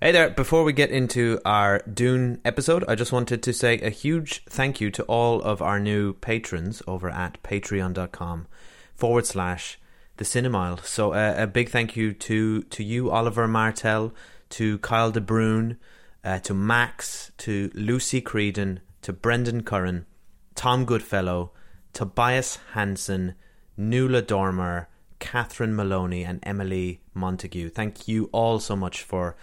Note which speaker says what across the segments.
Speaker 1: Hey there, before we get into our Dune episode, I just wanted to say a huge thank you to all of our new patrons over at patreon.com forward slash the cinemile. So uh, a big thank you to, to you, Oliver Martel, to Kyle De Bruyne, uh, to Max, to Lucy Creedon, to Brendan Curran, Tom Goodfellow, Tobias Hansen, Nuala Dormer, Catherine Maloney, and Emily Montague. Thank you all so much for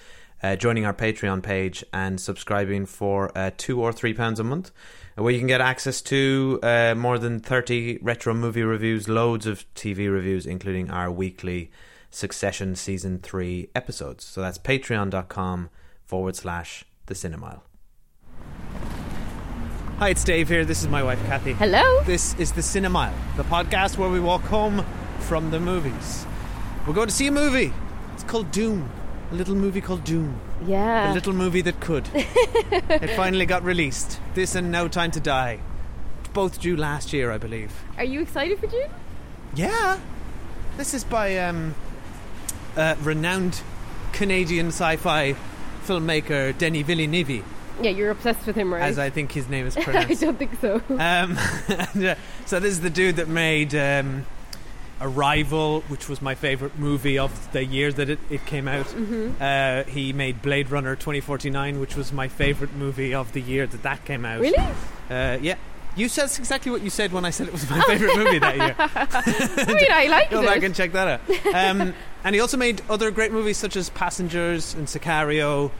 Speaker 1: uh, joining our Patreon page and subscribing for uh, two or three pounds a month, uh, where you can get access to uh, more than 30 retro movie reviews, loads of TV reviews, including our weekly Succession Season 3 episodes. So that's patreon.com forward slash the cinemile.
Speaker 2: Hi, it's Dave here. This is my wife, Kathy.
Speaker 3: Hello.
Speaker 2: This is the Cinemile, the podcast where we walk home from the movies. We're going to see a movie. It's called Doom. A little movie called Doom.
Speaker 3: Yeah.
Speaker 2: The little movie that could. it finally got released. This and No Time to Die. Both due last year, I believe.
Speaker 3: Are you excited for June?
Speaker 2: Yeah. This is by um, uh, renowned Canadian sci fi filmmaker Denis Villeneuve,
Speaker 3: Yeah, you're obsessed with him, right?
Speaker 2: as I think his name is pronounced.
Speaker 3: I don't think so.
Speaker 2: Um, and, uh, so this is the dude that made um, Arrival, which was my favorite movie of the year that it, it came out. Uh, he made Blade Runner 2049, which was my favorite movie of the year that that came out.
Speaker 3: Really?
Speaker 2: Uh, yeah. You said exactly what you said when I said it was my favorite movie that year.
Speaker 3: I mean, I like
Speaker 2: Go
Speaker 3: it.
Speaker 2: back and check that out. Um, and he also made other great movies such as Passengers and Sicario.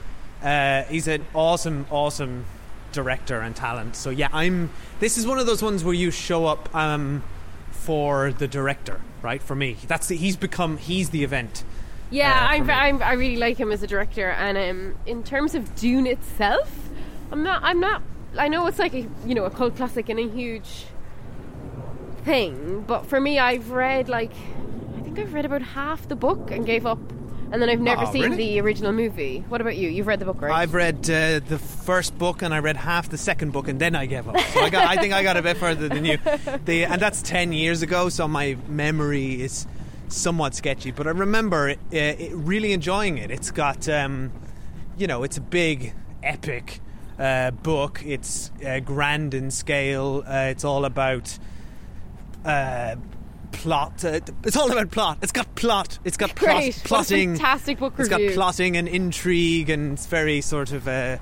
Speaker 2: Uh, he's an awesome, awesome director and talent. So yeah, I'm. This is one of those ones where you show up um, for the director, right? For me, that's the, he's become he's the event.
Speaker 3: yeah,
Speaker 2: uh,
Speaker 3: I'm,
Speaker 2: for me.
Speaker 3: I'm, I really like him as a director. And um, in terms of Dune itself, I'm not. I'm not. I know it's like a you know a cult classic and a huge thing, but for me, I've read like I think I've read about half the book and gave up. And then I've never
Speaker 2: Oh,
Speaker 3: seen
Speaker 2: really?
Speaker 3: the original movie. What about you? You've read the book, right?
Speaker 2: I've read uh, the first book and I read half the second book and then I gave up. So I, got, I think I got a bit further than you. The, and that's 10 years ago, so my memory is somewhat sketchy. But I remember it, uh, it really enjoying it. It's got, um, you know, it's a big, epic uh, book. It's uh, grand in scale. Uh, it's all about. Uh, Plot. Uh, it's all about plot. It's got plot. It's got plot.
Speaker 3: Great. What a
Speaker 2: Plotting.
Speaker 3: fantastic book
Speaker 2: It's got
Speaker 3: review.
Speaker 2: plot plotting and intrigue and it's very sort of uh,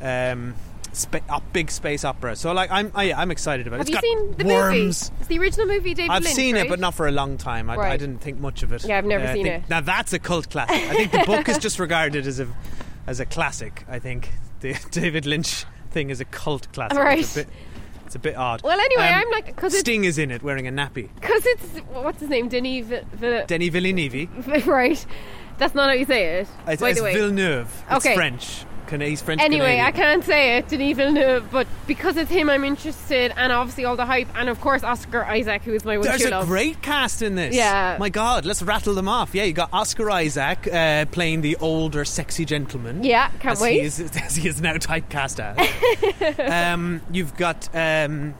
Speaker 2: um, spa- op- big space opera. So like I'm, I, yeah, I'm excited about
Speaker 3: Have
Speaker 2: it.
Speaker 3: you
Speaker 2: It's
Speaker 3: seen
Speaker 2: got
Speaker 3: the
Speaker 2: worms.
Speaker 3: movie? It's the original movie, David
Speaker 2: I've
Speaker 3: Lynch,
Speaker 2: seen
Speaker 3: right?
Speaker 2: it, but not for a long time. I, I
Speaker 3: Right.
Speaker 2: didn't think much of it.
Speaker 3: Yeah, I've never
Speaker 2: Uh, I
Speaker 3: seen
Speaker 2: think-
Speaker 3: it.
Speaker 2: Now that's a cult classic. I think the book is just regarded as a as a classic. I think the David Lynch thing is a cult classic. It's a
Speaker 3: Right.
Speaker 2: bit, it's a bit odd.
Speaker 3: Well, anyway,
Speaker 2: Um,
Speaker 3: I'm like because it's
Speaker 2: Sting is in it wearing a nappy.
Speaker 3: because it's what's his name, Denis Vill- Vill-
Speaker 2: Denis Villeneuve.
Speaker 3: right? That's not how you say it.
Speaker 2: It's,
Speaker 3: By
Speaker 2: it's
Speaker 3: the way,
Speaker 2: Villeneuve. It's
Speaker 3: Okay.
Speaker 2: French. Can, he's French.
Speaker 3: Anyway,
Speaker 2: Canadian.
Speaker 3: I can't say it, Denis Villeneuve, but because of him, I'm interested, and obviously all the hype, and of course Oscar Isaac, who is my one
Speaker 2: There's a
Speaker 3: true love.
Speaker 2: great cast in this.
Speaker 3: Yeah.
Speaker 2: My God, let's rattle them off. Yeah, you got Oscar Isaac uh, playing the older, sexy gentleman.
Speaker 3: Yeah, can't
Speaker 2: as He
Speaker 3: wait.
Speaker 2: is, as he is now typecast as. um, you've got. Um,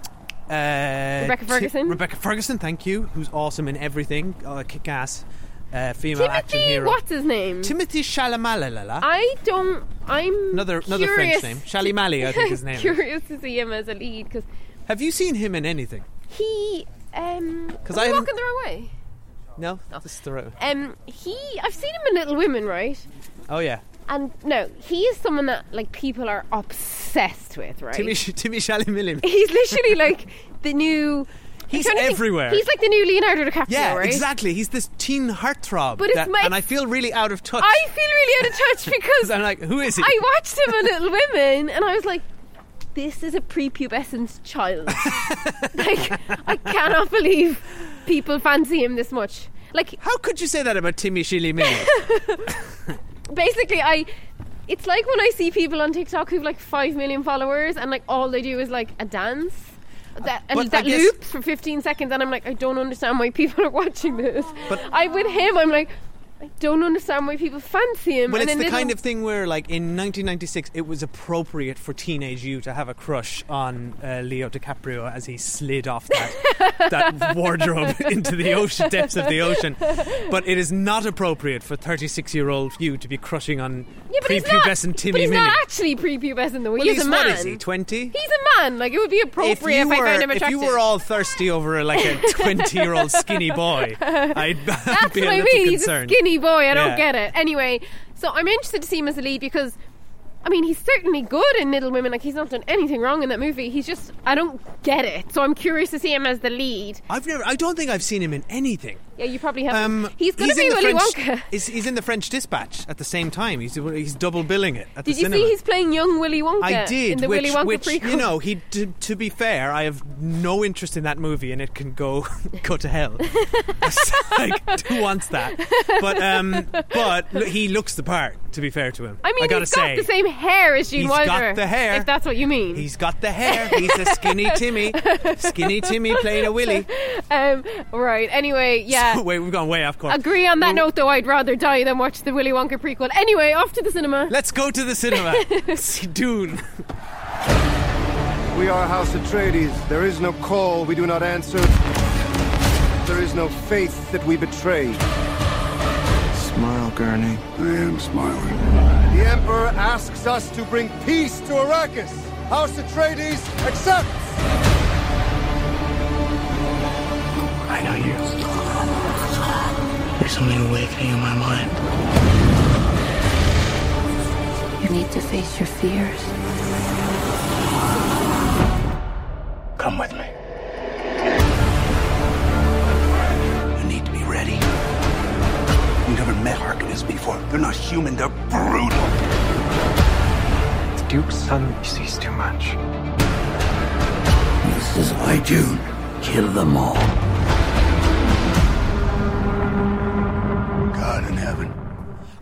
Speaker 2: uh,
Speaker 3: Rebecca
Speaker 2: Ti-
Speaker 3: Ferguson.
Speaker 2: Rebecca Ferguson, thank you, who's awesome in everything. Uh, kick ass uh, female action
Speaker 3: Timothy, Uh,
Speaker 2: hero.
Speaker 3: what's his name?
Speaker 2: Timothy Chalamalala.
Speaker 3: I don't. I'm
Speaker 2: Another another
Speaker 3: curious,
Speaker 2: French name. Chalimali, I think his name. is.
Speaker 3: curious to see him as a lead because
Speaker 2: Have you seen him in anything?
Speaker 3: he. Um,
Speaker 2: 'Cause
Speaker 3: am I
Speaker 2: I haven't-
Speaker 3: walking the wrong way.
Speaker 2: No, This is the right-
Speaker 3: Um, he. I've seen him in Little Women, right?
Speaker 2: Oh yeah,
Speaker 3: And no, he is someone that like people are obsessed with, right?
Speaker 2: Timmy Timmy Chalamalala.
Speaker 3: he's literally like the new.
Speaker 2: He's
Speaker 3: I'm trying to think-
Speaker 2: everywhere.
Speaker 3: he's like the new Leonardo DiCaprio,
Speaker 2: Yeah,
Speaker 3: right?
Speaker 2: exactly. He's this teen heartthrob.
Speaker 3: But it's
Speaker 2: that-
Speaker 3: my-
Speaker 2: and I feel really out of touch.
Speaker 3: I feel really out of touch because
Speaker 2: I'm like, who is he?
Speaker 3: I watched him in Little Women, and I was like, this is a prepubescent child. like, I cannot believe people fancy him this much. Like,
Speaker 2: How could you say that about Timmy Shilly Millie?
Speaker 3: basically, I. It's like when I see people on TikTok who've like five million followers, and like all they do is like a dance. That, and
Speaker 2: But I
Speaker 3: that
Speaker 2: guess-
Speaker 3: loops for 15 seconds, and I'm like, I don't understand why people are watching this. But I, with him, I'm like, I don't understand why people fancy him.
Speaker 2: well, it's
Speaker 3: and then
Speaker 2: the
Speaker 3: little-
Speaker 2: kind of thing where, like, in 1996, it was appropriate for teenage you to have a crush on uh, Leo DiCaprio as he slid off that, that wardrobe into the ocean depths of the ocean. But it is not appropriate for 36 year old you to be crushing on
Speaker 3: Yeah, but he's not-
Speaker 2: prepubescent Timmy
Speaker 3: But he's
Speaker 2: Millie.
Speaker 3: not actually prepubescent though.
Speaker 2: well,
Speaker 3: he's,
Speaker 2: he's
Speaker 3: a man.
Speaker 2: what is he? 20?
Speaker 3: He's a man. Like it would be appropriate if,
Speaker 2: you were,
Speaker 3: I found him
Speaker 2: if you
Speaker 3: attractive.
Speaker 2: were all thirsty over like a 20 year old skinny boy, I'd, I'd
Speaker 3: That's
Speaker 2: be
Speaker 3: what
Speaker 2: a
Speaker 3: I
Speaker 2: little
Speaker 3: mean. He's a
Speaker 2: concerned.
Speaker 3: skinny boy. I
Speaker 2: Yeah.
Speaker 3: don't get it. Anyway, so I'm interested to see him as a lead because, I mean, he's certainly good in Little Women. Like he's not done anything wrong in that movie. He's just I don't get it. So I'm curious to see him as the lead.
Speaker 2: I've never, I don't think I've seen him in anything.
Speaker 3: Yeah, you probably have.
Speaker 2: Um,
Speaker 3: he's going to be
Speaker 2: in the
Speaker 3: Willy
Speaker 2: French,
Speaker 3: Wonka.
Speaker 2: He's, he's in the French Dispatch at the same time. He's, he's double billing it at
Speaker 3: Did
Speaker 2: the
Speaker 3: you
Speaker 2: cinema.
Speaker 3: see he's playing young Willy Wonka
Speaker 2: I did,
Speaker 3: in the
Speaker 2: which,
Speaker 3: Willy Wonka
Speaker 2: which
Speaker 3: prequel?
Speaker 2: you know, he. To, to be fair, I have no interest in that movie, and it can go go to hell. It's like, who wants that? But um, but look, he looks the part. To be fair to him,
Speaker 3: I mean,
Speaker 2: I gotta
Speaker 3: he's
Speaker 2: say,
Speaker 3: got the same hair as Gene
Speaker 2: He's
Speaker 3: Wilder.
Speaker 2: got the hair.
Speaker 3: If that's what you mean.
Speaker 2: He's got the hair. He's a skinny Timmy. Skinny Timmy playing a Willy.
Speaker 3: Um, right. Anyway, yeah.
Speaker 2: Wait, we've gone way off course.
Speaker 3: Agree on that note, though. I'd rather die than watch the Willy Wonka prequel. Anyway, off to the cinema.
Speaker 2: Let's go to the cinema. See Dune.
Speaker 4: We are House Atreides. There is no call we do not answer. There is no faith that we betray.
Speaker 5: Smile, Gurney.
Speaker 4: I am smiling. The Emperor asks us to bring peace to Arrakis. House Atreides accepts.
Speaker 5: I know you. There's something awakening in my mind.
Speaker 6: You need to face your fears.
Speaker 5: Come with me. You need to be ready. You never met Harkonnens before. They're not human, they're brutal. The Duke's son sees too much. This is my Dune. Kill them all. God in heaven.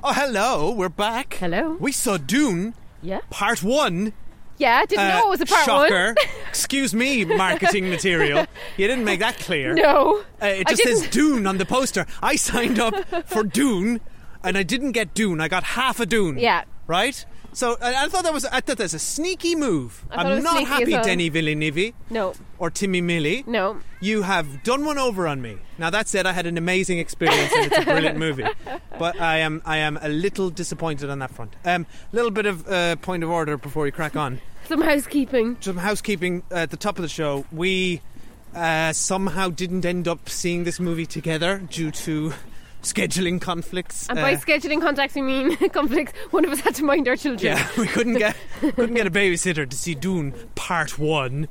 Speaker 2: Oh, hello. We're back.
Speaker 3: Hello.
Speaker 2: We saw Dune,
Speaker 3: yeah.
Speaker 2: part one.
Speaker 3: Yeah. Didn't know
Speaker 2: Uh,
Speaker 3: it was a part
Speaker 2: shocker.
Speaker 3: one.
Speaker 2: Excuse me, marketing material. You didn't make that clear.
Speaker 3: No.
Speaker 2: Uh, it
Speaker 3: I
Speaker 2: just says
Speaker 3: didn't-
Speaker 2: Dune on the poster. I signed up for Dune, and I didn't get Dune. I got half a Dune.
Speaker 3: Yeah.
Speaker 2: Right. So I, I thought that was I thought that's a sneaky move.
Speaker 3: I thought it
Speaker 2: am
Speaker 3: was
Speaker 2: not
Speaker 3: sneaky as
Speaker 2: happy,
Speaker 3: well.
Speaker 2: Denny Villeneuve
Speaker 3: No.
Speaker 2: or Timmy Millie.
Speaker 3: No.
Speaker 2: You have done one over on me. Now that said, I had an amazing experience and it's a brilliant movie, but I am I am a little disappointed on that front. Um, little bit of uh, point of order before we crack on
Speaker 3: Some housekeeping.
Speaker 2: some housekeeping at the top of the show. We uh, somehow didn't end up seeing this movie together due to scheduling conflicts.
Speaker 3: And
Speaker 2: uh,
Speaker 3: by scheduling contacts, we mean conflicts. One of us had to mind our children.
Speaker 2: yeah, we couldn't get couldn't get a babysitter to see Dune Part One,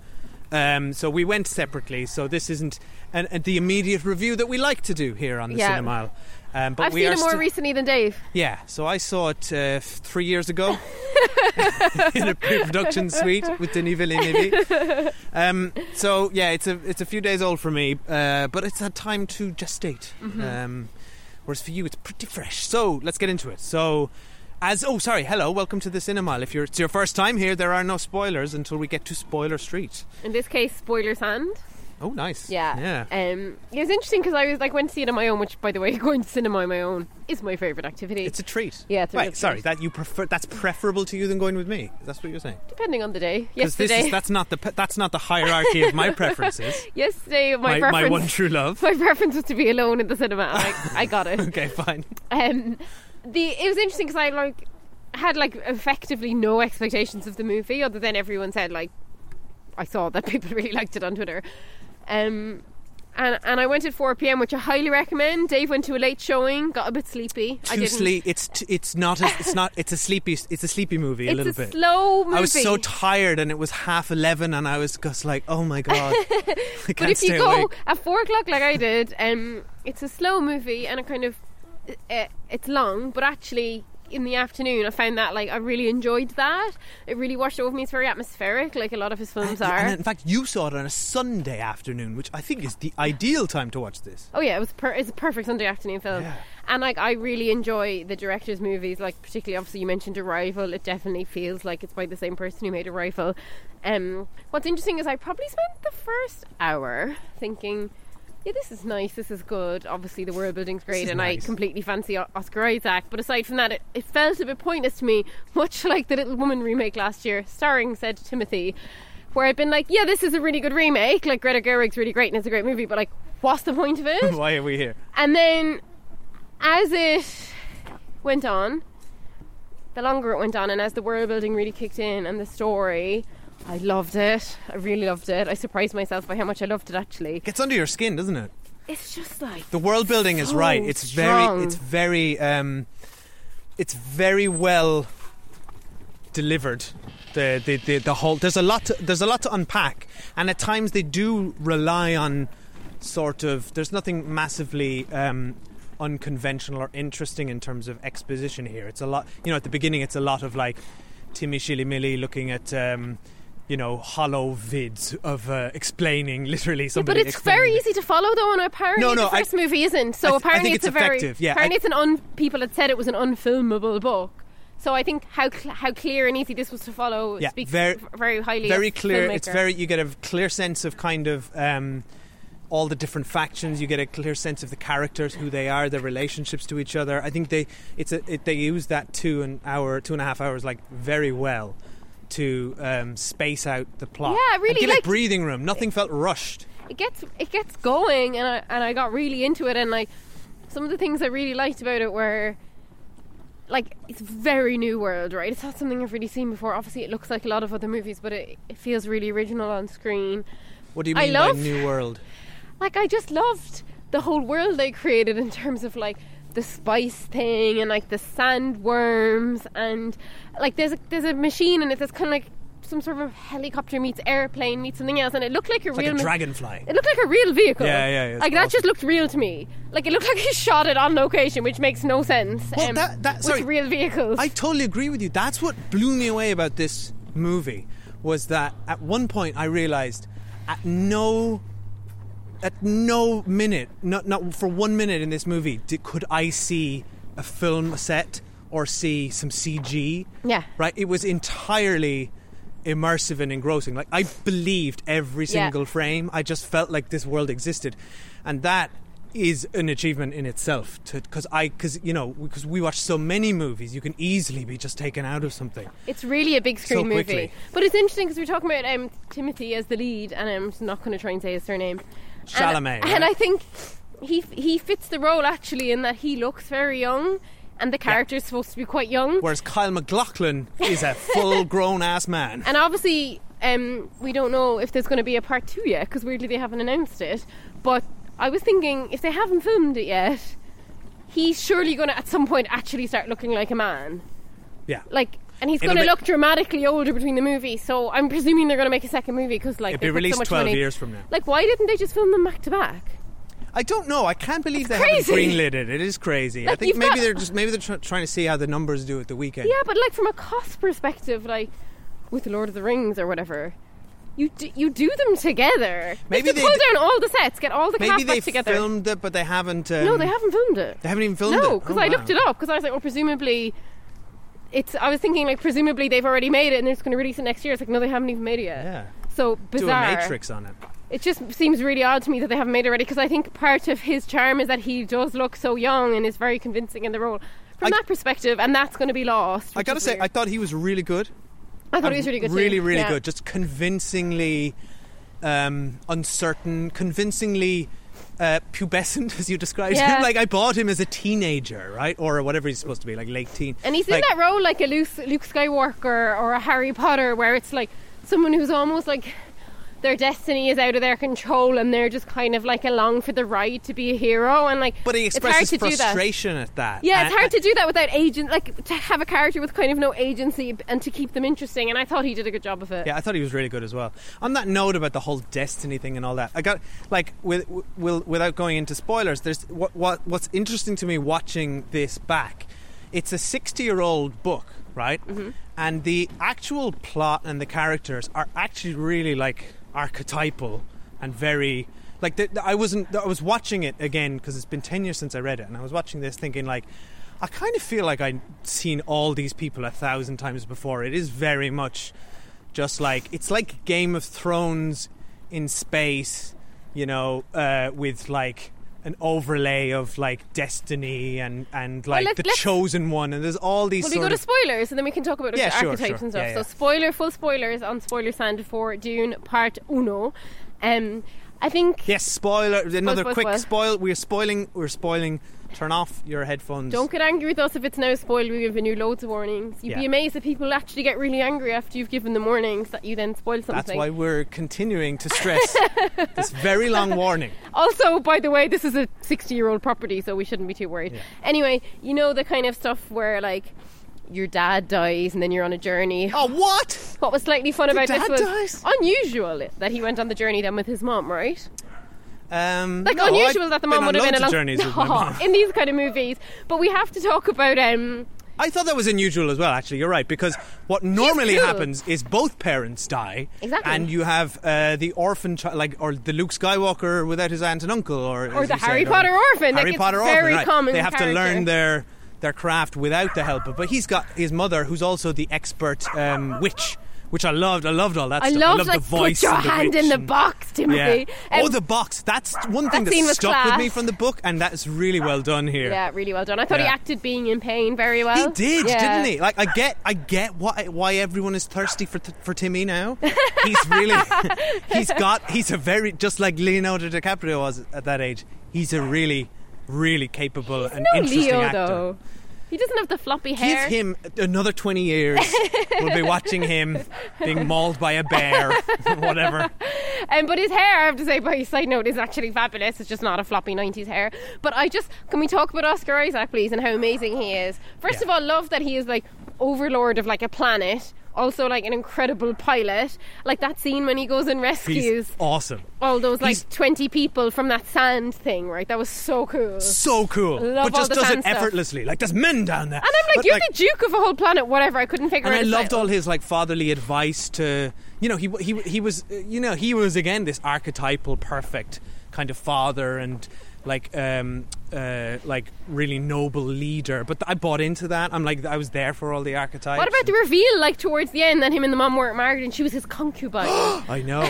Speaker 2: um, so we went separately. So this isn't an, an, the immediate review that we like to do here on the
Speaker 3: Yeah.
Speaker 2: Cinema Aisle. Um, but
Speaker 3: I've
Speaker 2: we
Speaker 3: seen
Speaker 2: are
Speaker 3: it more
Speaker 2: still-
Speaker 3: recently than Dave.
Speaker 2: Yeah, so I saw it uh, f- three years ago in a pre-production suite with Denis Villeneuve. Um, so yeah, it's a it's a few days old for me, uh, but it's had time to gestate.
Speaker 3: Mm-hmm.
Speaker 7: Mhm.
Speaker 2: Um, whereas for you, it's pretty fresh. So let's get into it. So. As oh sorry hello welcome to the cinema. If you're, it's your first time here, there are no spoilers until we get to Spoiler Street.
Speaker 3: In this case, spoilers hand.
Speaker 2: Oh nice
Speaker 3: Yeah.
Speaker 2: yeah
Speaker 3: Um, it was interesting because I was like went to see it on my own, which, by the way, going to cinema on my own is my favorite activity.
Speaker 2: it's a treat
Speaker 3: Yeah, it's a
Speaker 2: right
Speaker 3: real
Speaker 2: sorry that you prefer that's preferable to you than going with me that's what you're saying
Speaker 3: depending on the day.
Speaker 2: Because this
Speaker 3: Yesterday,
Speaker 2: is that's not the pe- that's not the hierarchy of my preferences. my,
Speaker 3: yesterday,
Speaker 2: my,
Speaker 3: my, preference,
Speaker 2: one true love.
Speaker 3: my preference was to be alone in the cinema. and I, I got it.
Speaker 2: okay, fine.
Speaker 3: um, the it was interesting because I like had like effectively no expectations of the movie other than everyone said like I saw that people really liked it on Twitter, um, and and I went at four p.m. which I highly recommend. Dave went to a late showing, got a bit sleepy. I
Speaker 2: Too
Speaker 3: didn't.
Speaker 2: sleep. It's t- it's not a, it's not it's a sleepy it's a sleepy movie a
Speaker 3: It's
Speaker 2: little
Speaker 3: a
Speaker 2: bit.
Speaker 3: slow
Speaker 2: I was
Speaker 3: movie.
Speaker 2: so tired and it was half eleven and I was just like, oh my god. I
Speaker 3: but
Speaker 2: can't
Speaker 3: if you
Speaker 2: stay
Speaker 3: go
Speaker 2: awake.
Speaker 3: at four o'clock like I did, um, it's a slow movie and a kind of uh, it's long, but actually in the afternoon I found that like I really enjoyed that. It really washed over me. It's very atmospheric, like a lot of his films are.
Speaker 2: And in fact, you saw it on a Sunday afternoon, which I think is the ideal time to watch this.
Speaker 3: Oh yeah, it was per- it's a perfect Sunday afternoon film, and like I really enjoy the director's movies. Like particularly, obviously, you mentioned Arrival. It definitely feels like it's by the same person who made Arrival. Um, what's interesting is I probably spent the first hour thinking, yeah, this is nice, this is good. Obviously, the world building's great,
Speaker 8: is
Speaker 3: and
Speaker 8: nice.
Speaker 3: I completely fancy O- Oscar Isaac. But aside from that, it, it felt a bit pointless to me, much like the Little Woman remake last year, starring said Timothy. Where I've been like, yeah, this is a really good remake. Like Greta Gerwig's really great and it's a great movie, but like, what's the point of it?
Speaker 2: Why are we here?
Speaker 3: And then, as it went on, the longer it went on, and as the world building really kicked in and the story, I loved it. I really loved it. I surprised myself by how much I loved it actually.
Speaker 2: Gets under your skin, doesn't it?
Speaker 3: It's just like
Speaker 2: The world building is
Speaker 3: so
Speaker 2: right. It's
Speaker 3: Oh, strong.
Speaker 2: very it's very um it's very well delivered. The the, the the whole there's a lot to, there's a lot to unpack and at times they do rely on sort of there's nothing massively um unconventional or interesting in terms of exposition here. It's a lot you know at the beginning it's a lot of like Timmy Shilly-Milly looking at um you know hollow vids of uh, explaining literally
Speaker 3: Yeah, but
Speaker 2: somebody
Speaker 3: it's
Speaker 2: explaining
Speaker 3: very easy to follow, though, and apparently
Speaker 2: No, no,
Speaker 3: the
Speaker 2: I-
Speaker 3: first movie isn't. So
Speaker 2: I th- I
Speaker 3: apparently
Speaker 2: think
Speaker 3: it's,
Speaker 2: it's
Speaker 3: a very
Speaker 2: effective, yeah, I-
Speaker 3: apparently it's an un people had said it was an unfilmable book. So I think how cl- how clear and easy this was to follow
Speaker 2: Yeah,
Speaker 3: speaks
Speaker 2: very-
Speaker 3: v- very highly. of
Speaker 2: very
Speaker 3: the
Speaker 2: clear it's
Speaker 3: filmmaker.
Speaker 2: very you get a clear sense of kind of um, all the different factions you get a clear sense of the characters who they are their relationships to each other i think they it's a, it, they use that two an hour two and a half hours like very well to um, space out the plot
Speaker 3: Yeah,
Speaker 2: And
Speaker 3: really,
Speaker 2: give
Speaker 3: like-
Speaker 2: it breathing room nothing felt rushed
Speaker 3: it gets it gets going and I, and I got really into it and like some of the things I really liked about it were like it's very new world right it's not something I've really seen before obviously it looks like a lot of other movies but it, it feels really original on screen
Speaker 2: what do you
Speaker 3: I
Speaker 2: mean
Speaker 3: love-
Speaker 2: by new world
Speaker 3: like I just loved the whole world they created in terms of like the spice thing and like the sandworms and like there's a, there's a machine and it that's kind of like some sort of helicopter meets airplane meets something else and it looked like a
Speaker 2: it's like
Speaker 3: real
Speaker 2: a
Speaker 3: ma-
Speaker 2: dragonfly
Speaker 3: it looked like a real vehicle.
Speaker 2: Yeah, yeah, yeah, it's
Speaker 3: Like that just looked real to me. Like it looked like he shot it on location, which makes no sense. um, with
Speaker 2: sorry.
Speaker 3: real vehicles.
Speaker 2: I totally agree with you. That's what blew me away about this movie was that at one point I realized at no at no minute, not not for one minute in this movie, did, could I see a film set or see some CG.
Speaker 3: Yeah.
Speaker 2: Right? It was entirely immersive and engrossing. Like I believed every
Speaker 3: Yeah.
Speaker 2: single frame. I just felt like this world existed, and that is an achievement in itself. Because I, because you know, because we watch so many movies, you can easily be just taken out of something.
Speaker 3: It's really a big screen
Speaker 2: So
Speaker 3: movie.
Speaker 2: quickly.
Speaker 3: But it's interesting because we're talking about um, Timothy as the lead, and I'm just not going to try and say his surname. And-
Speaker 2: Chalamet,
Speaker 3: And,
Speaker 2: right?
Speaker 3: I think he he fits the role actually in that he looks very young, and the character's supposed to be quite young.
Speaker 2: Whereas Kyle McLaughlin is a full-grown ass man.
Speaker 3: And obviously, um, we don't know if there's going to be a part two yet because weirdly they haven't announced it. But I was thinking if they haven't filmed it yet, he's surely going to at some point actually start looking like a man.
Speaker 2: Yeah.
Speaker 3: Like, and he's
Speaker 2: It'll
Speaker 3: going to
Speaker 2: be-
Speaker 3: look dramatically older between the movies. So I'm presuming they're going to make a second movie because like
Speaker 2: It'd
Speaker 3: they
Speaker 2: be
Speaker 3: put
Speaker 2: released
Speaker 3: so much
Speaker 2: 12
Speaker 3: money-
Speaker 2: years from now.
Speaker 3: Like, why didn't they just film them back to back?
Speaker 2: I don't know. I can't believe they
Speaker 3: crazy.
Speaker 2: haven't greenlit it. It is crazy. I
Speaker 3: Like,
Speaker 2: think
Speaker 3: you've
Speaker 2: maybe
Speaker 3: got-
Speaker 2: they're just maybe they're tr- trying to see how the numbers do at the weekend.
Speaker 3: Yeah, but like from a cost perspective, like with the Lord of the Rings or whatever. You do, you do them together.
Speaker 2: Maybe
Speaker 3: Maybe they
Speaker 2: they
Speaker 3: pull
Speaker 2: d-
Speaker 3: down all the sets, get all the
Speaker 2: maybe
Speaker 3: cast
Speaker 2: they
Speaker 3: back together.
Speaker 2: filmed it, but they haven't. Um,
Speaker 3: no, they haven't filmed it.
Speaker 2: They haven't even filmed it.
Speaker 3: no, because
Speaker 2: Oh,
Speaker 3: I
Speaker 2: wow.
Speaker 3: looked it up because I was like, well, presumably, it's. I was thinking like, presumably they've already made it and they're just going to release it next year. It's like, no, they haven't even made it yet.
Speaker 2: Yeah.
Speaker 3: So
Speaker 2: Do a
Speaker 3: bizarre.
Speaker 2: matrix on it.
Speaker 3: It just seems really odd to me that they haven't made it already because I think part of his charm is that he does look so young and is very convincing in the role from that perspective, and that's going to be lost.
Speaker 2: I
Speaker 3: which
Speaker 2: gotta
Speaker 3: is
Speaker 2: say,
Speaker 3: weird.
Speaker 2: I thought he was really good.
Speaker 3: I thought
Speaker 2: Uh,
Speaker 3: he was really good.
Speaker 2: Really,
Speaker 3: too.
Speaker 2: really
Speaker 3: Yeah.
Speaker 2: good. Just convincingly um, uncertain, convincingly uh, pubescent, as you described
Speaker 3: Yeah.
Speaker 2: him. Like I bought him as a teenager, right, or whatever he's supposed to be, like late teen.
Speaker 3: And he's
Speaker 2: Like,
Speaker 3: in that role like a Luke, Luke Skywalker or a Harry Potter, where it's like someone who's almost like their destiny is out of their control, and they're just kind of like along for the ride to be a hero. And like,
Speaker 2: But he
Speaker 3: it's hard
Speaker 2: expresses
Speaker 3: to do that.
Speaker 2: frustration Uh, at that.
Speaker 3: Yeah, it's
Speaker 2: And-
Speaker 3: hard to do that without agent, like to have a character with kind of no agency and to keep them interesting. And I thought he did a good job of it.
Speaker 2: Yeah, I thought he was really good as well. On that note about the whole destiny thing and all that, I got like with, w- will without going into spoilers. There's what, what what's interesting to me watching this back. It's a sixty-year-old book, right? And the actual plot and the characters are actually really like archetypal and very like the, the- I wasn't. I was watching it again because it's been ten years since I read it, and I was watching this thinking like. I kind of feel like I've seen all these people a thousand times before. It is very much just like it's like Game of Thrones in space, you know, uh, with like an overlay of like destiny and and like
Speaker 3: let-
Speaker 2: the
Speaker 3: let's-
Speaker 2: chosen one, and there's all these.
Speaker 3: Well, we
Speaker 2: sort
Speaker 3: go to
Speaker 2: of-
Speaker 3: spoilers and then we can talk about
Speaker 2: Yeah,
Speaker 3: the
Speaker 2: sure,
Speaker 3: archetypes
Speaker 2: sure.
Speaker 3: and stuff.
Speaker 2: Yeah,
Speaker 3: So,
Speaker 2: yeah.
Speaker 3: spoiler, full spoilers on Spoiler Sand for Dune Part Uno. Um, I think
Speaker 2: yes, spoiler. Another
Speaker 3: spoil,
Speaker 2: quick
Speaker 3: spoil.
Speaker 2: spoil. We're spoiling. We're spoiling. Turn off your headphones.
Speaker 3: Don't get angry with us if it's now spoiled. We've given you loads of warnings. You'd be
Speaker 2: Yeah.
Speaker 3: amazed that people actually get really angry after you've given them warnings that you then spoil something.
Speaker 2: That's why we're continuing to stress this very long warning.
Speaker 3: Also, by the way, this is a 60 year old property, so we shouldn't be too worried. Anyway, you know the kind of stuff where, like, your dad dies and then you're on a journey.
Speaker 2: Oh, what?
Speaker 3: What was slightly fun about
Speaker 2: dad
Speaker 3: this was
Speaker 2: dies?
Speaker 3: unusual that he went on the journey then with his mom, right?
Speaker 2: Um,
Speaker 3: Like
Speaker 2: no, I've
Speaker 3: unusual that the
Speaker 2: been
Speaker 3: mom
Speaker 2: on
Speaker 3: would have been
Speaker 2: loads of
Speaker 3: along
Speaker 2: journeys with my mom.
Speaker 3: in these kind of movies. But we have to talk about um,
Speaker 2: I thought that was unusual as well. Actually, you're right because what normally
Speaker 3: cool.
Speaker 2: happens is both parents die,
Speaker 3: Exactly.
Speaker 2: and you have uh, the orphan child, like or the Luke Skywalker without his aunt and uncle, or
Speaker 3: Or
Speaker 2: as
Speaker 3: the
Speaker 2: you said,
Speaker 3: Harry Potter orphan. Like,
Speaker 2: Harry
Speaker 3: it's
Speaker 2: Potter
Speaker 3: very
Speaker 2: orphan, right.
Speaker 3: common
Speaker 2: They have to
Speaker 3: character.
Speaker 2: learn their their craft without the help of. But he's got his mother, who's also the expert um, witch, which I loved. I loved all that.
Speaker 3: I
Speaker 2: stuff.
Speaker 3: love
Speaker 2: I loved
Speaker 3: like
Speaker 2: the voice.
Speaker 3: put your
Speaker 2: and the
Speaker 3: hand
Speaker 2: witch
Speaker 3: in the
Speaker 2: and-
Speaker 3: box, Timothy.
Speaker 2: Yeah. oh,
Speaker 3: Um,
Speaker 2: the box. That's one thing
Speaker 3: that
Speaker 2: that,
Speaker 3: scene was
Speaker 2: stuck with me
Speaker 3: class.
Speaker 2: from the book, and that is really well done here.
Speaker 3: yeah, really well done. I thought he
Speaker 2: Yeah.
Speaker 3: acted being in pain very well.
Speaker 2: He did,
Speaker 3: Yeah.
Speaker 2: didn't he? Like I get, I get why why everyone is thirsty for t- for Timmy now. He's really, he's got, he's a very just like Leonardo DiCaprio was at that age. He's a really, really capable and
Speaker 3: No,
Speaker 2: interesting
Speaker 3: Leo
Speaker 2: actor.
Speaker 3: though. He doesn't have the floppy
Speaker 2: Give
Speaker 3: hair.
Speaker 2: him another twenty years. we'll be watching him being mauled by a bear, whatever.
Speaker 3: Um, but his hair, I have to say, by side note, is actually fabulous. It's just not a floppy 90s hair. But I just, can we talk about Oscar Isaac, please, and how amazing he is? First
Speaker 2: Yeah.
Speaker 3: of all, love that he is like overlord of like a planet. Also, like an incredible pilot. Like that scene when he goes and rescues
Speaker 2: He's awesome.
Speaker 3: all those like
Speaker 2: he's-
Speaker 3: 20 people from that sand thing, right? That was so cool.
Speaker 2: So cool,
Speaker 3: Love
Speaker 2: but just
Speaker 3: all the
Speaker 2: does
Speaker 3: fan
Speaker 2: it
Speaker 3: stuff.
Speaker 2: effortlessly. Like there's men down there,
Speaker 3: And I'm like,
Speaker 2: But,
Speaker 3: you're the Duke of a whole planet, whatever. I couldn't figure
Speaker 2: and
Speaker 3: out.
Speaker 2: I
Speaker 3: his
Speaker 2: loved
Speaker 3: title.
Speaker 2: all his like fatherly advice to you know he he he was uh, you know he was again this archetypal perfect kind of father and like um uh like really noble leader but I bought into that I'm like I was there for all the archetypes
Speaker 3: What about the reveal, like towards the end, that him and the mom weren't married and she was his concubine?
Speaker 2: I know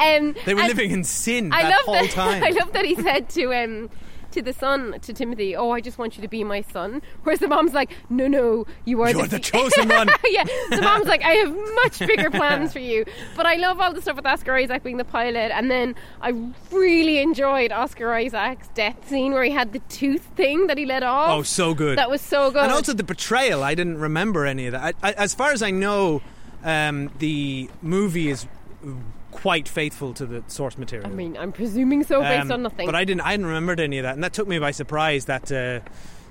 Speaker 3: um,
Speaker 2: they were
Speaker 3: and
Speaker 2: living in sin
Speaker 3: I
Speaker 2: that
Speaker 3: love
Speaker 2: whole
Speaker 3: that.
Speaker 2: time
Speaker 3: I love that he said to um, to the son, to Timothy, "Oh, I just want you to be my son." Whereas the mom's like, "No, no, you are
Speaker 2: you're
Speaker 3: the
Speaker 2: the chosen one
Speaker 3: yeah, the mom's like, I have much bigger plans for you. But I love all the stuff with Oscar Isaac being the pilot, and then I really enjoyed Oscar Isaac's death scene where he had the tooth thing that he let off.
Speaker 2: oh so good
Speaker 3: That was so good.
Speaker 2: And also the betrayal. I didn't remember any of that. I, I, as far as I know, um, the movie is quite faithful to the source material.
Speaker 3: I mean, I'm presuming so based
Speaker 2: Um,
Speaker 3: on nothing.
Speaker 2: But I didn't. I hadn't remembered any of that, and that took me by surprise. That uh,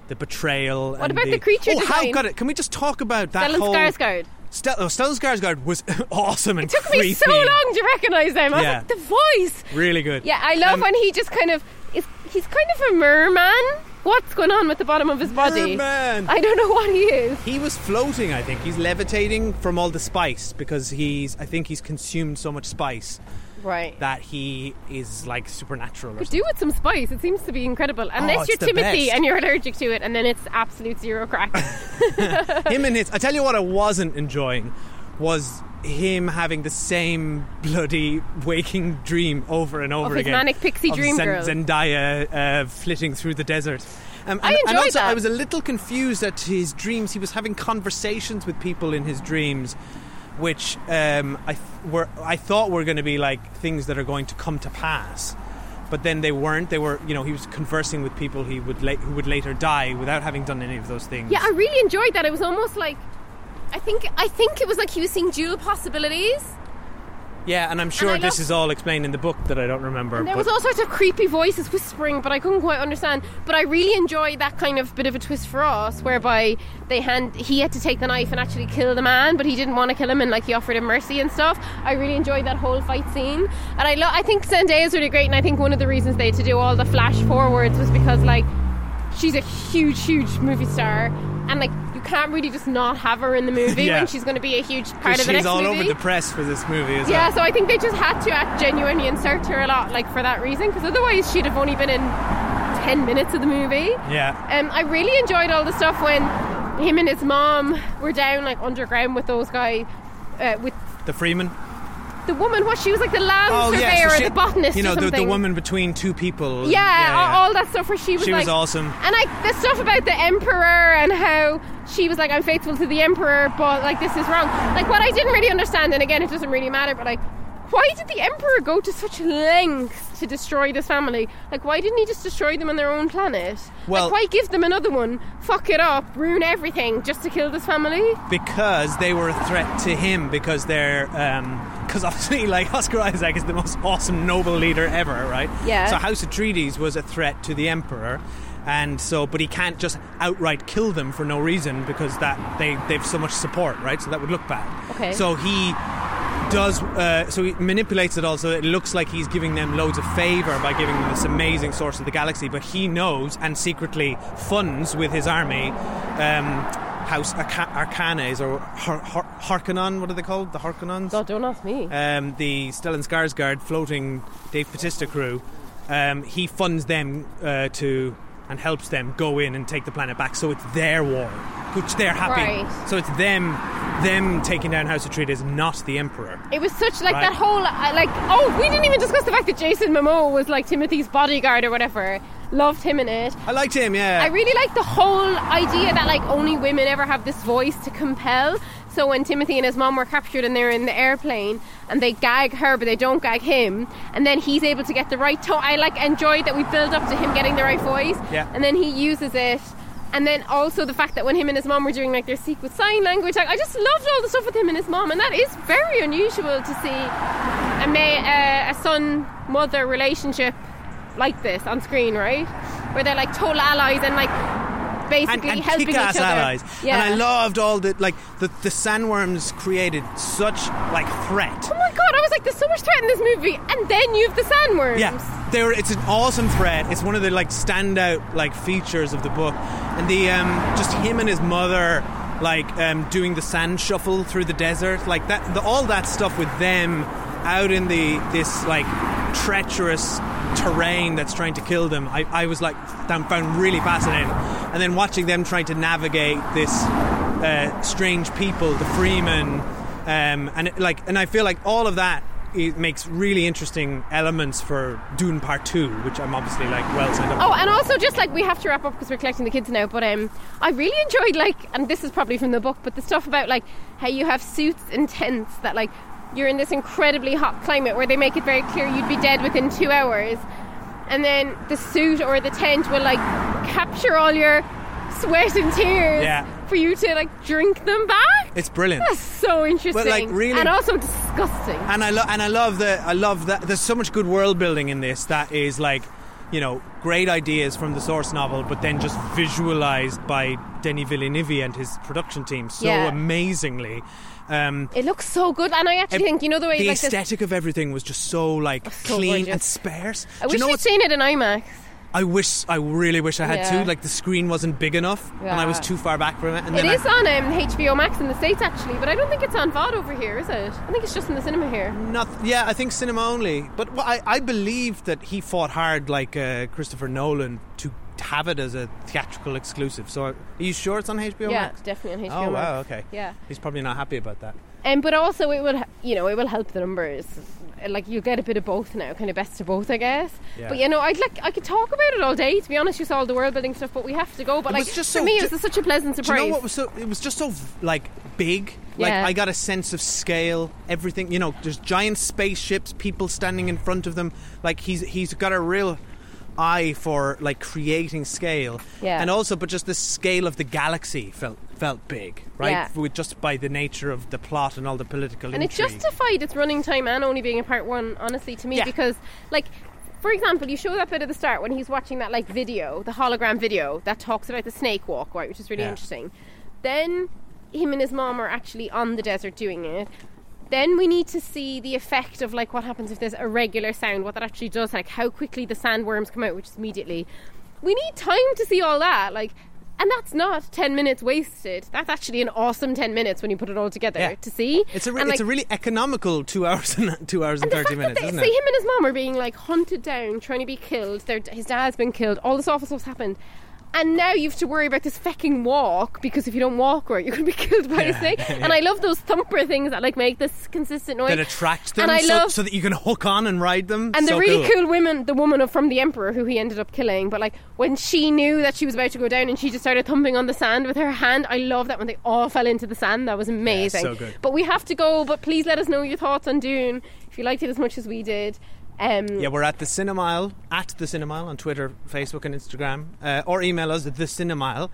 Speaker 2: the betrayal.
Speaker 3: What
Speaker 2: and
Speaker 3: about the creature
Speaker 2: Oh, how
Speaker 3: design?
Speaker 2: got it? Can we just talk about that
Speaker 3: Stellan
Speaker 2: whole?
Speaker 3: Skarsgård.
Speaker 2: Stel- oh, Stellan Skarsgård was awesome and
Speaker 3: It took me so
Speaker 2: creepy.
Speaker 3: long to recognize him. I was
Speaker 2: Yeah.
Speaker 3: like, the voice.
Speaker 2: Really good.
Speaker 3: Yeah, I love
Speaker 2: Um,
Speaker 3: when he just kind of is. He's kind of a merman. What's going on with the bottom of his body?
Speaker 2: Merman.
Speaker 3: I don't know what he is.
Speaker 2: He was floating, I think. He's levitating from all the spice because he's. I think he's consumed so much spice
Speaker 3: Right.
Speaker 2: that he is like supernatural. Or
Speaker 3: Could do with some spice. It seems to be incredible. Unless
Speaker 2: Oh, it's
Speaker 3: you're
Speaker 2: the
Speaker 3: Timothy
Speaker 2: best.
Speaker 3: and you're allergic to it, and then it's absolute zero crack.
Speaker 2: him and his. I tell you what, I wasn't enjoying was him having the same bloody waking dream over and over
Speaker 3: his
Speaker 2: again.
Speaker 3: manic pixie
Speaker 2: of
Speaker 3: dream
Speaker 2: Zen-
Speaker 3: girl.
Speaker 2: Zendaya uh, flitting through the desert. Um,
Speaker 3: I
Speaker 2: and, and
Speaker 3: enjoyed
Speaker 2: also,
Speaker 3: that.
Speaker 2: I was a little confused at his dreams. He was having conversations with people in his dreams. Which um, I th- were I thought were going to be like things that are going to come to pass, but then they weren't. They were, you know, he was conversing with people he would la- who would later die without having done any of those things.
Speaker 3: yeah, I really enjoyed that. It was almost like, I think, I think it was like he was seeing dual possibilities.
Speaker 2: Yeah, and I'm sure
Speaker 3: I
Speaker 2: this
Speaker 3: love-
Speaker 2: is all explained in the book that I don't remember.
Speaker 3: And there
Speaker 2: but
Speaker 3: was all sorts of creepy voices whispering, but I couldn't quite understand. But I really enjoyed that kind of bit of a twist for us, whereby they hand he had to take the knife and actually kill the man, but he didn't want to kill him, and like he offered him mercy and stuff. I really enjoyed that whole fight scene, and I lo- I think Zendaya is really great, and I think one of the reasons they had to do all the flash forwards was because like she's a huge, huge movie star, and like you can't really just not have her in the movie
Speaker 2: Yeah.
Speaker 3: when she's going to be a huge
Speaker 2: 'cause
Speaker 3: part of the
Speaker 2: she's
Speaker 3: next
Speaker 2: all
Speaker 3: movie.
Speaker 2: over the press for this movie as
Speaker 3: Yeah,
Speaker 2: well.
Speaker 3: so I think they just had to act genuinely insert her a lot, like for that reason, because otherwise she'd have only been in ten minutes of the movie.
Speaker 2: Yeah.
Speaker 3: Um, I really enjoyed all the stuff when him and his mom were down like underground with those guys, uh, with
Speaker 2: The Freeman.
Speaker 3: the woman. What she was like the land
Speaker 2: Oh
Speaker 3: surveyor,
Speaker 2: yeah, so
Speaker 3: or
Speaker 2: she-
Speaker 3: the botanist,
Speaker 2: You know,
Speaker 3: or something.
Speaker 2: The, the woman between two people.
Speaker 3: Yeah, all- all that stuff where she was
Speaker 2: She
Speaker 3: like
Speaker 2: was awesome.
Speaker 3: and like the stuff about the emperor and how she was like, I'm faithful to the emperor, but like this is wrong. Like what I didn't really understand, and again, it doesn't really matter, but like, why did the emperor go to such lengths to destroy this family? Like, why didn't he just destroy them on their own planet?
Speaker 2: Well-
Speaker 3: like, why give them another one, fuck it up, ruin everything just to kill this family?
Speaker 2: because they were a threat to him because they're because obviously like Oscar Isaac is the most awesome noble leader ever, right?
Speaker 3: Yeah.
Speaker 2: So House Atreides was a threat to the Emperor, and so but he can't just outright kill them for no reason because that they they've so much support, right? So that would look bad.
Speaker 3: Okay.
Speaker 2: So he does uh, so he manipulates it all so it looks like he's giving them loads of favor by giving them this amazing source of the galaxy but he knows and secretly funds with his army um, House Arca- Arcanes or Har- Har- Harkonnen what are they called the Harkonnens
Speaker 3: God, Oh, don't ask me.
Speaker 2: um, the Stellan Skarsgård floating Dave Bautista crew um, he funds them uh, to and helps them go in and take the planet back so it's their war which they're happy
Speaker 3: Right.
Speaker 2: so it's them them taking down House Atreides not the Emperor
Speaker 3: It was such like
Speaker 2: Right.
Speaker 3: that whole uh, like oh we didn't even discuss the fact that Jason Momoa was like Timothy's bodyguard or whatever. Loved him in it.
Speaker 2: I liked him, yeah.
Speaker 3: I really like the whole idea that like only women ever have this voice to compel. So when Timothy and his mom were captured and they're in the airplane and they gag her but they don't gag him and then he's able to get the right tone. I like enjoyed that we build up to him getting the right voice
Speaker 2: Yeah.
Speaker 3: and then he uses it. And then also the fact that when him and his mom were doing like their secret sign language, like, I just loved all the stuff with him and his mom, and that is very unusual to see a ma- uh, a son mother relationship like this on screen, right? Where they're like total allies and like
Speaker 2: and,
Speaker 3: basically
Speaker 2: and
Speaker 3: helping each
Speaker 2: kick-ass
Speaker 3: other.
Speaker 2: allies.
Speaker 3: Yeah.
Speaker 2: And I loved all the like the, the sandworms created such like threat.
Speaker 3: Oh my god, I was like, there's so much threat in this movie, and then you have the sandworms.
Speaker 2: Yeah, they were, it's an awesome threat. It's one of the like standout like features of the book, and the um, just him and his mother like um, doing the sand shuffle through the desert, like that. The, all that stuff with them out in the this like treacherous terrain that's trying to kill them. I, I was like found, found really fascinating, and then watching them trying to navigate this uh, strange people, the Freeman um, and it, like and I feel like all of that it makes really interesting elements for Dune Part Two, which I'm obviously like well signed up.
Speaker 3: Oh, and also just like we have to wrap up because we're collecting the kids now. But um, I really enjoyed like, and this is probably from the book, but the stuff about like how you have suits and tents that like you're in this incredibly hot climate where they make it very clear you'd be dead within two hours, and then the suit or the tent will like capture all your sweat and tears
Speaker 2: Yeah.
Speaker 3: for you to like drink them back.
Speaker 2: It's brilliant.
Speaker 3: That's so interesting.
Speaker 2: really-
Speaker 3: and also dis- disgusting.
Speaker 2: And I love and I love the I love that there's so much good world building in this that is like, you know, great ideas from the source novel, but then just visualized by Denis Villeneuve and his production team so
Speaker 3: Yeah.
Speaker 2: amazingly. Um,
Speaker 3: It looks so good, and I actually
Speaker 2: ev-
Speaker 3: think you know the way like this. Oh,
Speaker 2: aesthetic of everything was just so like
Speaker 3: so
Speaker 2: clean
Speaker 3: gorgeous.
Speaker 2: and sparse.
Speaker 3: I
Speaker 2: Do
Speaker 3: wish
Speaker 2: you know
Speaker 3: we'd
Speaker 2: what's-
Speaker 3: seen it in IMAX.
Speaker 2: I wish I really wish I had
Speaker 3: Yeah.
Speaker 2: to. Like the screen wasn't big enough, and I was
Speaker 3: Yeah.
Speaker 2: too far back from it. And
Speaker 3: It
Speaker 2: then I-
Speaker 3: is on um, HBO Max in the states actually, but I don't think it's on VOD over here, is it? I think it's just in the cinema here.
Speaker 2: Not, yeah, I think cinema only. But wh- I, I believe that he fought hard, like uh, Christopher Nolan, to have it as a theatrical exclusive. So, are you sure it's on HBO
Speaker 3: yeah,
Speaker 2: Max?
Speaker 3: it's definitely on HBO
Speaker 2: oh
Speaker 3: Max.
Speaker 2: wow, okay.
Speaker 3: Yeah.
Speaker 2: he's probably not happy about that.
Speaker 3: Um, but also it will, you know, it will help the numbers. Like you get a bit of both now, kind of best of both, I guess.
Speaker 2: Yeah.
Speaker 3: But you know, I'd like I could talk about it all day. To be honest, you saw all the world building stuff, but we have to go. But
Speaker 2: It
Speaker 3: like
Speaker 2: was just
Speaker 3: for
Speaker 2: so-
Speaker 3: me,
Speaker 2: ju-
Speaker 3: it was such a pleasant
Speaker 2: Do
Speaker 3: surprise.
Speaker 2: you know what was so? It was just so like big. Like
Speaker 3: Yeah.
Speaker 2: I got a sense of scale. Everything, you know, there's giant spaceships, people standing in front of them. Like he's he's got a real eye for like creating scale.
Speaker 3: Yeah.
Speaker 2: And also, but just the scale of the galaxy felt felt big, right?
Speaker 3: Yeah.
Speaker 2: With just by the nature of the plot and all the political
Speaker 3: and it
Speaker 2: intrigue.
Speaker 3: justified its running time and only being a part one honestly to me
Speaker 2: Yeah.
Speaker 3: because like for example you show that bit at the start when he's watching that like video the hologram video that talks about the snake walk right which is really
Speaker 7: Yeah.
Speaker 3: interesting then him and his mom are actually on the desert doing it then we need to see the effect of like what happens if there's a regular sound what that actually does like how quickly the sandworms come out which is immediately we need time to see all that like and that's not 10 minutes wasted that's actually an awesome 10 minutes when you put it all together
Speaker 2: Yeah.
Speaker 3: to see
Speaker 2: it's a re-
Speaker 3: And,
Speaker 2: it's a
Speaker 3: like,
Speaker 2: really economical two hours and two hours and, thirty minutes,
Speaker 3: they,
Speaker 2: isn't
Speaker 3: see,
Speaker 2: it?
Speaker 3: him and his mom are being like hunted down, trying to be killed. Their, his dad's been killed. All this awful stuff's happened. And now you have to worry about this fecking walk because if you don't walk right, you're going to be killed by a
Speaker 2: Yeah,
Speaker 3: snake.
Speaker 2: yeah.
Speaker 3: And I love those thumper things that like make this consistent noise
Speaker 2: that attract them
Speaker 3: And I
Speaker 2: so,
Speaker 3: love-
Speaker 2: so that you can hook on and ride them.
Speaker 3: and the
Speaker 2: So
Speaker 3: really cool. women, the woman of, from the emperor who he ended up killing, but like when she knew that she was about to go down and she just started thumping on the sand with her hand. I love that when they all fell into the sand. That was amazing.
Speaker 7: so good.
Speaker 3: But we have to go. But please let us know your thoughts on Dune if you liked it as much as we did. Um,
Speaker 2: Yeah, we're at the Cinemile, at the Cinemile on Twitter, Facebook, and Instagram, uh, or email us at the Cinemile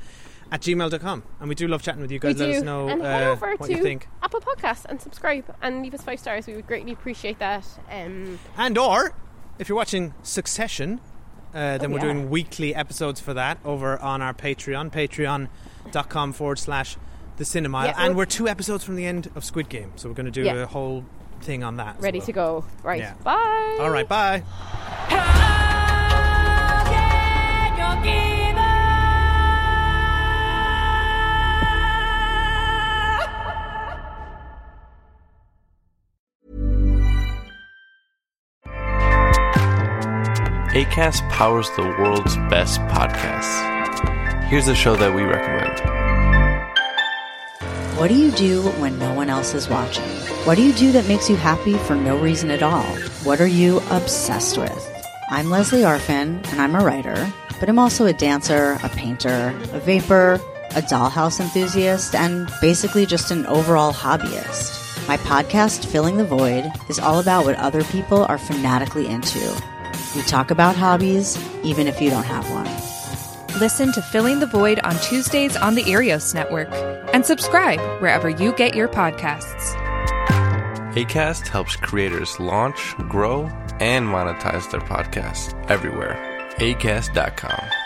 Speaker 2: at gmail.com. And we do love chatting with you
Speaker 3: we
Speaker 2: guys.
Speaker 3: do.
Speaker 2: Let us know
Speaker 3: and head
Speaker 2: uh,
Speaker 3: over
Speaker 2: what
Speaker 3: to
Speaker 2: you think.
Speaker 3: Apple Podcasts and subscribe and leave us five stars. We would greatly appreciate that. Um,
Speaker 2: And or if you're watching Succession, uh, then we're
Speaker 3: Oh, yeah.
Speaker 2: doing weekly episodes for that over on our Patreon, patreon.com forward slash the Cinemile.
Speaker 3: Yeah,
Speaker 2: and
Speaker 3: or-
Speaker 2: we're two episodes from the end of Squid Game, so we're going to do
Speaker 3: Yeah.
Speaker 2: a whole thing on that. as
Speaker 3: ready
Speaker 2: well.
Speaker 3: to go. Right.
Speaker 2: Yeah.
Speaker 3: Bye.
Speaker 2: All right, bye.
Speaker 9: ACAST powers the world's best podcasts. Here's a show that we recommend.
Speaker 8: What do you do when no one else is watching? What do you do that makes you happy for no reason at all? What are you obsessed with? I'm Leslie Arfin, and I'm a writer, but I'm also a dancer, a painter, a vapor, a dollhouse enthusiast, and basically just an overall hobbyist. My podcast, Filling the Void, is all about what other people are fanatically into. We talk about hobbies, even if you don't have one.
Speaker 10: Listen to Filling the Void on Tuesdays on the Erios Network and subscribe wherever you get your podcasts.
Speaker 9: ACAST helps creators launch, grow, and monetize their podcasts everywhere. ACAST.com.